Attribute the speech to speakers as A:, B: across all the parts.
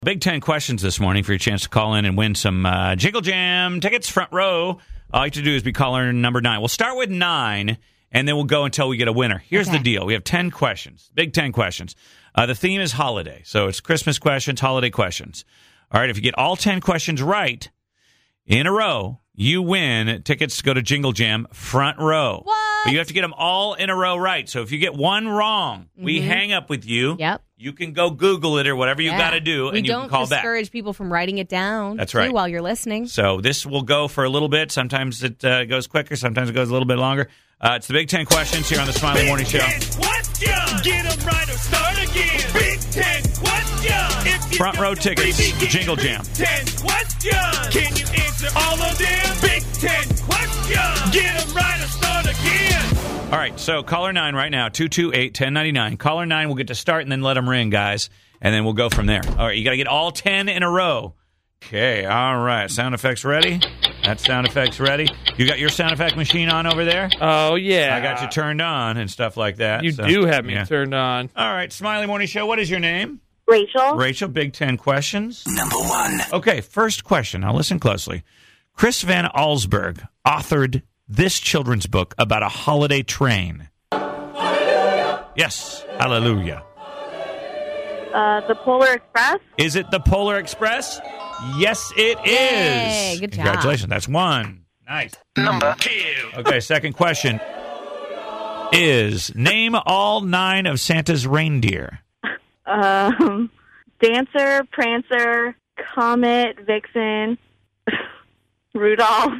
A: Big Ten questions this morning for your chance to call in and win some uh, Jiggle Jam tickets, front row. All you have to do is be caller number nine. We'll start with nine, and then we'll go until we get a winner. Here's
B: Okay.
A: the deal: we have ten questions, Big Ten questions. Uh, the theme is holiday, so it's Christmas questions, holiday questions. All right, if you get all ten questions right in a row, you win tickets to go to Jingle Jam front row.
B: What?
A: But you have to get them all in a row right. So if you get one wrong, we
B: Mhm.
A: hang up with you.
B: Yep.
A: You can go Google it or whatever you
B: Yeah.
A: got to do,
B: we
A: and you
B: don't
A: can call back.
B: discourage people from writing it down.
A: That's
B: too,
A: right.
B: while you're listening,
A: So this will go for a little bit. Sometimes it uh, goes quicker. Sometimes it goes a little bit longer. Uh, it's the Big Ten questions here on the Smiley Morning Show.
C: Question. Get 'em right or start again. Big Ten question. If you
A: Front
C: got
A: row
C: the
A: tickets,
C: freebie, get
A: Jingle
C: Big
A: Jam.
C: Ten question. Can you answer all of them? Big Ten question. Get 'em right or start again.
A: All right. So caller nine right now, 228-1099. Caller nine will get to start and then let them ring, guys, and then we'll go from there. All right. You got to get all ten in a row. Okay. All right. Sound effects ready. That sound effects ready. You got your sound effect machine on over there.
D: Oh yeah,
A: I got you turned on and stuff like that.
D: You
A: so,
D: do have me
A: yeah.
D: turned on.
A: All right, Smiley Morning Show. What is your name?
E: Rachel.
A: Rachel, Big Ten questions. Number one. Okay, first question. Now listen closely. Chris Van Allsburg authored this children's book about a holiday train. Yes, hallelujah.
E: Uh, the Polar Express.
A: Is it the Polar Express? Yes, it is.
B: Yay, good job.
A: Congratulations. That's one. Nice.
C: Number two.
A: Okay, second question is name all nine of Santa's reindeer.
E: Um, Dancer, Prancer, Comet, Vixen, Rudolph.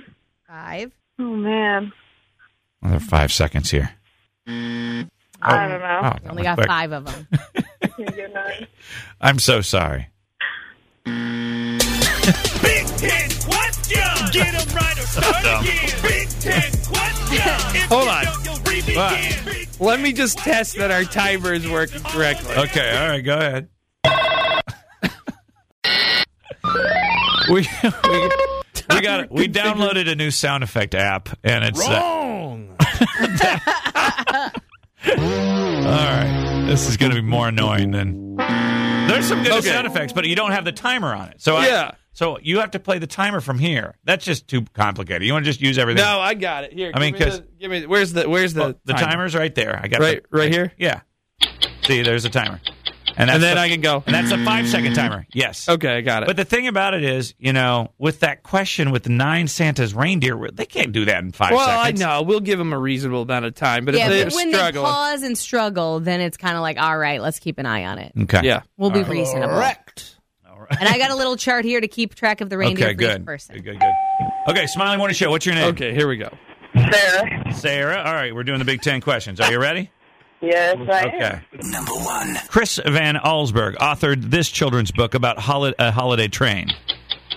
B: five.
E: Oh man,
A: Another five seconds here.
E: Mm, I don't know.
A: Oh, that
B: Only
A: went
B: got
A: quick.
B: five of them.
A: I'm so sorry.
C: Big Ten question. Get 'em right or start again. Big Ten question. If
D: Hold
C: you
D: on.
C: don't, you'll re-begin.
D: What?
C: Big
D: Let me just test that our timer is working correctly.
A: Okay, all right, go ahead. we we, we got we downloaded a new sound effect app and it's uh,
D: Wrong.
A: all right. This is going to be more annoying than There's some good
D: Okay.
A: sound effects, but you don't have the timer on it. So
D: Yeah.
A: I, so you have to play the timer from here. That's just too complicated. You want to just use everything.
D: No, I got it. Here,
A: I
D: I
A: mean,
D: mean,
A: 'cause-
D: give me, the- give me where's the where's the
A: Well, the
D: timer?
A: timer's right there. I got
D: Right-
A: the-
D: right here?
A: Yeah. See, there's a timer, and that's
D: And then
A: the-
D: I can go.
A: And that's a five second timer. Yes.
D: Okay, I got it.
A: But the thing about it is, you know, with that question with the nine Santa's reindeer, they can't do that in five
D: well,
A: seconds.
D: I know we'll give them a reasonable amount of time, but
B: yeah,
D: if they're
B: but when
D: struggling,
B: they pause and struggle, then it's kind of like, all right, let's keep an eye on it.
A: Okay.
D: yeah,
B: We'll be reasonable.
D: correct.
B: And I got a little chart here to keep track of the reindeer
A: Okay.
B: for
A: Good.
B: each person.
A: Good. Good. Good. Okay, Smiley Morning Show. What's your name?
D: Okay, here we go.
F: Sarah.
A: Sarah. All right, we're doing the Big Ten questions. Are you ready?
F: Yes, I am.
A: Okay. Number one. Chris Van Allsburg authored this children's book about holi- a holiday train.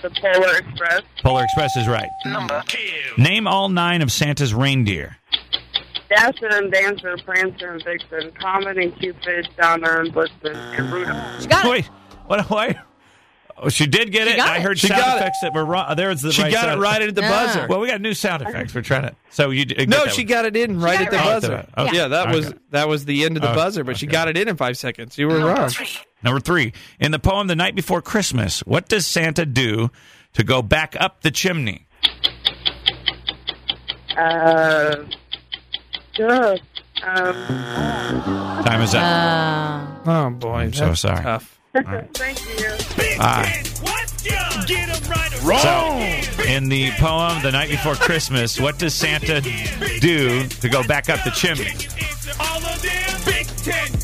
F: The Polar Express.
A: Polar Express is right.
F: Number.
A: Name all nine of Santa's reindeer.
F: Dasher and Dancer, Prancer and Vixen, Comet and Cupid, Donner and Blitzen, and Rudolph.
B: She got it.
A: Wait, what? Why? Oh, she did get it.
B: got
A: I
B: it.
A: heard
D: She
A: sound
D: got it.
A: effects that were wrong. Oh, There's the
D: She
A: right
D: got
A: sound-
D: it right at the
B: Ah.
D: buzzer.
A: Well, we got new sound effects. We're trying to. So you did,
D: no, she got it in right
B: got
D: at the
B: it right.
D: buzzer.
A: Oh, Okay.
D: Yeah, that was
A: Okay.
D: that was the end of the
A: Oh,
D: buzzer, but she
A: okay.
D: got it in in five seconds. You were wrong.
A: number three in the poem "The Night Before Christmas." What does Santa do to go back up the chimney?
F: Uh, duh. Um,
A: Time is up.
B: Uh,
D: Oh boy,
A: I'm so
D: that's
A: sorry.
D: Tough.
F: thank you.
A: Ah.
C: Ten question. Get 'em right or start
A: So,
C: again. Big
A: in the
C: Ten
A: poem "The Night
C: question.
A: Before Christmas," what does Santa do to go back up the chimney?
C: Can you answer all of them? Big Ten